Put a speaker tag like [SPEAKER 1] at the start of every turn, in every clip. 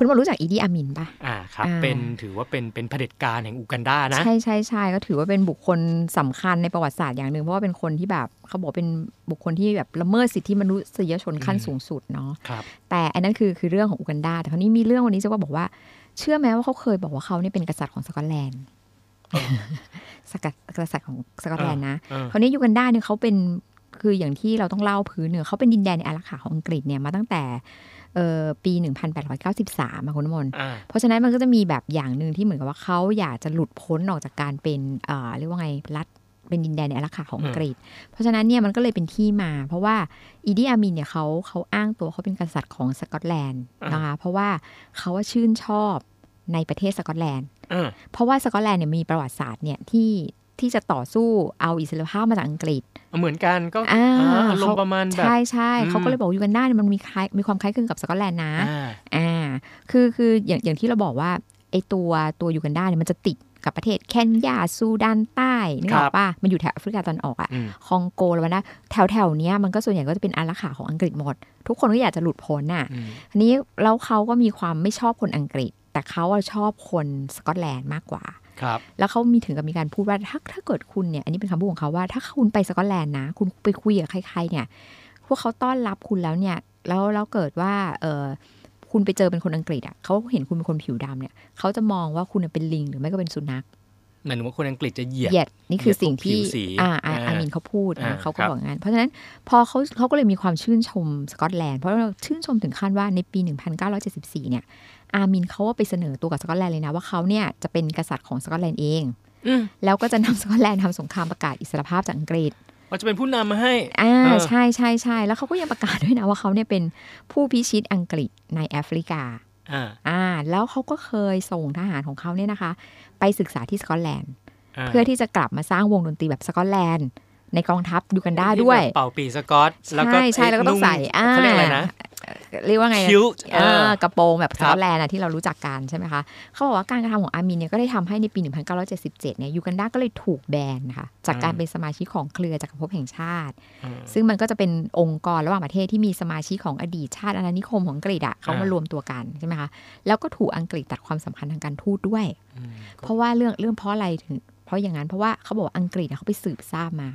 [SPEAKER 1] คุณว่ารู้จักอีดีอามินปะ
[SPEAKER 2] อ่าครับ
[SPEAKER 1] อ่า
[SPEAKER 2] เป็นถือว่าเป็นเป็นเผด็จการแห่งอูกันดานะ
[SPEAKER 1] ใช่ใช่ใช่ก็ถือว่าเป็นบุคคลสำคัญในประวัติศาสตร์อย่างหนึ่งเพราะว่าเป็นคนที่แบบเขาบอกเป็นบุคคลที่แบบละเมิดสิทธิมนุษยชนขั้น
[SPEAKER 2] อืม
[SPEAKER 1] สูงสุดเนาะ
[SPEAKER 2] ครับ
[SPEAKER 1] แต่อันนั้นคือคือเรื่องของอูกันดา แต่คราวนี้มีเรื่องวันนี้จะว่าบอกว่า เชื่อไหมว่าเขาเคยบอกว่าเขาเนี่ยเป็นกษัตริย์ของสกอตแลนด์สกัดกษัตริย์ของสกอตแลนด์นะ
[SPEAKER 2] เออ
[SPEAKER 1] คราวนี้ยูกันดาเนี่ยเขาเป็นคืออย่างที่เราต้องเล่าพื้นเนือเขาเป็นดินแดนในอารักขาของอังกฤษเนี่ยมาตั้งแต่เอ่อปี 1893มาคุณน้ำมนต์
[SPEAKER 2] อ่า
[SPEAKER 1] เพราะฉะนั้นมันก็จะมีแบบอย่างหนึ่งที่เหมือนกับว่าเขาอยากจะหลุดพ้นออกจากการเป็นเอ่อเรียกว่าไงรัฐเป็นดินแดนในอารักขาของอังกฤษ เพราะฉะนั้นเนี่ยมันก็เลยเป็นที่มา เพราะว่าอีดีอามินเนี่ยเขาเขาอ้างตัวเขาเป็นกษัตริย์ของสกอตแลนด์นะคะเพราะว่าเขาว่าชื่นชอบในประเทศสกอตแลนด์
[SPEAKER 2] อ่า
[SPEAKER 1] เพราะว่าสกอตแลนด์เนี่ยมีประวัติศาสตร์เนี่ยที่ที่จะต่อสู้เอาอิสรภาพมาจากอังกฤษ
[SPEAKER 2] เหมือนกันก็
[SPEAKER 1] อ่า
[SPEAKER 2] อ่าอารม
[SPEAKER 1] เขา
[SPEAKER 2] ณ์ประมาณแบบ
[SPEAKER 1] ใช่ใช่
[SPEAKER 2] อืม
[SPEAKER 1] เขาก็เลยบอกว่ายูกันดาเนี่ยมันมีคล้ายมีความคล้ายคลึงกับสกอตแลนด์นะ
[SPEAKER 2] อ่า
[SPEAKER 1] อ่า คือ คืออย่าง อย่างที่เราบอกว่า ไอตัว ตัวยูกันดาเนี่ย มันจะติดกับประเทศ เคนยา ซูดานใต้นึกออกปะมันอยู่แถวแอฟริกาตอนออกอะ
[SPEAKER 2] อืม
[SPEAKER 1] คองโกรวันนะแถวแถวๆเนี้ย มันก็ส่วนใหญ่ก็จะเป็นอารักขาของอังกฤษหมด ทุกคนก็อยากจะหลุดพ้นน่ะ
[SPEAKER 2] อืม
[SPEAKER 1] ทีนี้ แล้วเขาก็มีความไม่ชอบคนอังกฤษ แต่เขาอะชอบคนสกอตแลนด์มากกว่า
[SPEAKER 2] ครับ
[SPEAKER 1] แล้วเขามีถึงกับมีการพูดว่าถ้าถ้าเกิดคุณเนี่ย อันนี้เป็นคำพูดของเขาว่า ถ้าคุณไปสกอตแลนด์นะ คุณไปคุยกับใคร ๆ เนี่ย พวกเขาต้อนรับคุณแล้วเนี่ย แล้วแล้วเกิดว่าเออคุณไปเจอเป็นคนอังกฤษอ่ะเขาเห็นคุณเป็นคนผิวดำเนี่ยเขาจะมองว่าคุณเป็นลิงหรือไม่ก็เป็นสุนัข
[SPEAKER 2] หมายถึงว่าคนอังกฤษจะเหยียด
[SPEAKER 1] เหยียดนี่คือสิ่งที่
[SPEAKER 2] เหยียดพวกผิวสี
[SPEAKER 1] อ่าอา
[SPEAKER 2] อ่า
[SPEAKER 1] อามินเขาพูด
[SPEAKER 2] อ่า
[SPEAKER 1] นะเขาก็
[SPEAKER 2] ครับ
[SPEAKER 1] บอกงั้น เพราะฉะนั้นพอเขาเขาก็เลยมีความชื่นชมสกอตแลนด์เพราะเราชื่นชมถึงขั้นว่าในปี 1974 เนี่ย อามินเขาว่าไปเสนอตัวกับสกอตแลนด์เลยนะว่าเขาเนี่ยจะเป็นกษัตริย์ของสกอตแลนด์เอง
[SPEAKER 2] อืม
[SPEAKER 1] แล้วก็จะนำสกอตแลนด์ทำสงครามประกาศอิสรภาพจากอังกฤษ
[SPEAKER 2] ว่าจะเป็นผู้นำมาให้
[SPEAKER 1] อ่า
[SPEAKER 2] เออ
[SPEAKER 1] ใช่ใช่ใช่แล้วเขาก็ยังประกาศด้วยนะว่าเขาเนี่ยเป็นผู้พิชิตอังกฤษในแอฟริกา
[SPEAKER 2] อ่า
[SPEAKER 1] อ่า แล้วเขาก็เคยส่งทหารของเขาเนี่ยนะคะ ไปศึกษาที่สกอตแลนด์
[SPEAKER 2] า
[SPEAKER 1] เพื่อที่จะกลับมาสร้างวงดนตรีแบบสกอตแลนด์ ในกองทัพยูกันดา
[SPEAKER 2] ที่
[SPEAKER 1] ด้วย
[SPEAKER 2] แบบเป่าปีสกอต แล้วก็
[SPEAKER 1] ใช่ใช่แล้วก็ต้อง
[SPEAKER 2] นุ่
[SPEAKER 1] ใส่อ่า
[SPEAKER 2] เขาเรียกอะไรนะ
[SPEAKER 1] เรียกว่าไงนะ
[SPEAKER 2] kilt
[SPEAKER 1] เออกระโปรงแบบส
[SPEAKER 2] ครั
[SPEAKER 1] ก
[SPEAKER 2] บ
[SPEAKER 1] อตแลนด์อะที่เรารู้จักกันใช่ไหมคะเขาบอกว่าการกระทำของอามินเนี่ยก็ได้ทำให้ในปี 1977 เนี่ยยูกันดาก็เลยถูกแบนนะคะจากการเป็นสมาชิกของเครือจักรภพแห่งชาติ
[SPEAKER 2] อืม
[SPEAKER 1] ซึ่งมันก็จะเป็นองค์กรระหว่างประเทศที่มีสมาชิกของอดีตชาติอาณานิคมของอังกฤษอะเขามา
[SPEAKER 2] อ่าร ร
[SPEAKER 1] วมตัวกันใช่ไหมคะ แล้วก็ถูกอังกฤษตัดความสำคัญทางการทูตด้วย
[SPEAKER 2] อืม
[SPEAKER 1] เพราะว่าเรื่องเรื่องเพราะอะไรถึง เพราะอย่างนั้นเพราะว่าเขาบอกว่าอังกฤษอะเขาไปสืบทราบมา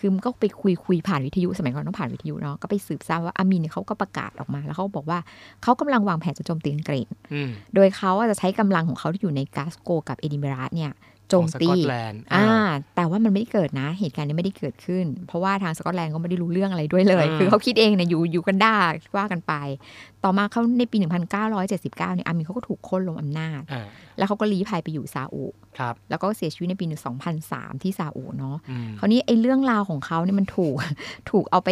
[SPEAKER 1] คือมันก็ไปคุยคุยผ่านวิทยุสมัยก่อนต้องผ่านวิทยุเนาะ ก็ไปสืบทราบว่าอามินเนยเขาก็ประกาศออกมา แล้วเขาบอกว่าเขากำลังวางแผนจะโจมตีอังกฤษ
[SPEAKER 2] อืม
[SPEAKER 1] โดยเขาอะจะใช้กำลังของเขาที่อยู่ในกาสโกกับเอดินบะระเนี่ยโจม
[SPEAKER 2] ของส
[SPEAKER 1] ตี
[SPEAKER 2] กอตแลนด์
[SPEAKER 1] อ่าแต่ว่ามันไม่ได้เกิดนะ เหตุการณ์นี้ไม่ได้เกิดขึ้น เพราะว่าทางสกอตแลนด์ก็ไม่ได้รู้เรื่องอะไรด้วยเลย คือเขาคิดเองเนี่ยอยู่อยู่กันได้ว่ากันไป ต่อมาเขาในปี 1979เนี่ยอามินเขาก็ถูกโค่นลงอำนาจ
[SPEAKER 2] อ่า
[SPEAKER 1] แล้วเขาก็ลี้ภัยไปอยู่ซาอุ
[SPEAKER 2] ครับ
[SPEAKER 1] แล้วก็เสียชีวิตในปี 2003 ที่ซาอุเนาะ
[SPEAKER 2] อืม
[SPEAKER 1] คราวนี้ไอ้เรื่องราวของเขาเนี่ยมันถูก ถูกเอาไป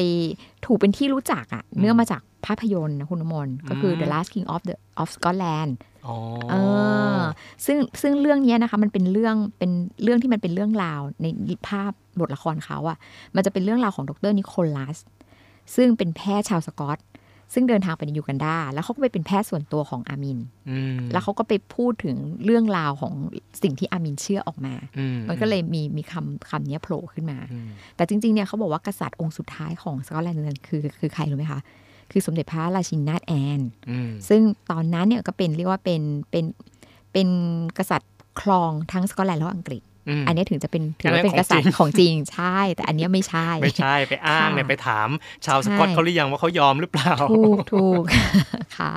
[SPEAKER 1] ถูกเป็นที่รู้จักอะเนื่องมาจากภาพยนตร์นะคุณอมนก็คือ
[SPEAKER 2] อืม
[SPEAKER 1] The Last King of the of Scotland
[SPEAKER 2] อ๋อ
[SPEAKER 1] เออซึ่งซึ่งเรื่องเนี้ยนะคะมันเป็นเรื่องเป็นเรื่องที่มันเป็นเรื่องราวในภาพบทละครเขาอะมันจะเป็นเรื่องราวของดรนิโคลัส ซึ่งเป็นแพทย์ชาวสกอต ซึ่งเดินทางไปในยูกันดา แล้วเขาก็ไปเป็นแพทย์ส่วนตัวของอามิน
[SPEAKER 2] อืม
[SPEAKER 1] แล้วเขาก็ไปพูดถึงเรื่องราวของสิ่งที่อามินเชื่อออกมา
[SPEAKER 2] อื
[SPEAKER 1] มันก็เลยมีมีคำคำเนี้ยโผล่ขึ้นมา
[SPEAKER 2] อืม
[SPEAKER 1] แต่จริงๆเนี่ยเขาบอกว่ากษัตริย์องค์สุดท้ายของสกอตแลนด์นั้นคือคือใครรู้ไหมคะ คือสมเด็จพระราชินีนาถแอน
[SPEAKER 2] อืม
[SPEAKER 1] ซึ่งตอนนั้นเนี่ยก็เป็นเรียกว่าเป็นเป็นเป็นกษัตริย์ครองทั้งสกอตแลนด์และอังกฤษ อันเนี้ยถึงจะเป็นถือว่าเป็น
[SPEAKER 2] อัน
[SPEAKER 1] ก
[SPEAKER 2] นั้นของจริง
[SPEAKER 1] ษัตริย์ของจริงใช่ แต่อันเนี้ยไม่ใช่
[SPEAKER 2] ไม่ใช่ไปอ้าง
[SPEAKER 1] ค่ะ
[SPEAKER 2] เนี่ยไปถาม ชาวสกอต
[SPEAKER 1] ใช่
[SPEAKER 2] เขาหรือยังว่าเขายอมหรือเปล่า
[SPEAKER 1] ถูกถูก ค่ะ